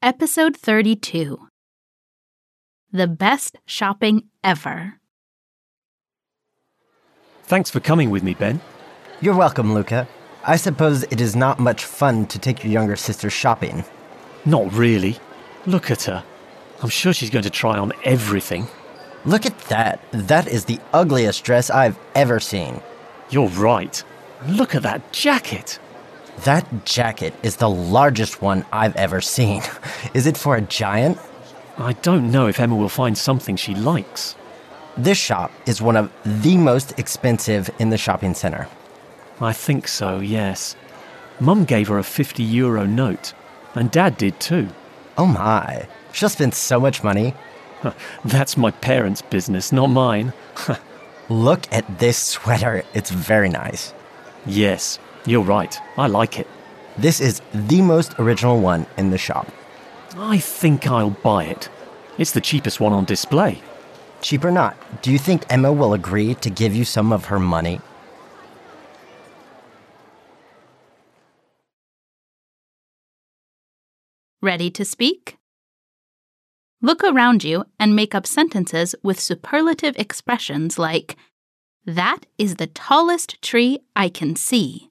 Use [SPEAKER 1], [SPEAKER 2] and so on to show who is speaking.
[SPEAKER 1] Episode 32 The Best Shopping Ever.
[SPEAKER 2] Thanks for coming with me, Ben.
[SPEAKER 3] You're welcome, Luca. I suppose it is not much fun to take your younger sister shopping.
[SPEAKER 2] Not really. Look at her. I'm sure she's going to try on everything.
[SPEAKER 3] Look at that. That is the ugliest dress I've ever seen.
[SPEAKER 2] You're right. Look at that jacket.
[SPEAKER 3] That jacket is the largest one I've ever seen. Is it for a giant?
[SPEAKER 2] I don't know if Emma will find something she likes.
[SPEAKER 3] This shop is one of the most expensive in the shopping center.
[SPEAKER 2] I think so, yes. Mum gave her a 50 euro note, and Dad did too.
[SPEAKER 3] Oh my. She'll spend so much money.
[SPEAKER 2] That's my parents' business, not mine.
[SPEAKER 3] Look at this sweater. It's very nice.
[SPEAKER 2] yes, you're right. I like it.
[SPEAKER 3] This is the most original one in the shop.
[SPEAKER 2] I think I'll buy it. It's the cheapest one on display.
[SPEAKER 3] Cheap or not, do you think Emma will agree to give you some of her money?
[SPEAKER 1] Ready to speak? Look around you and make up sentences with superlative expressions like, That is the tallest tree I can see.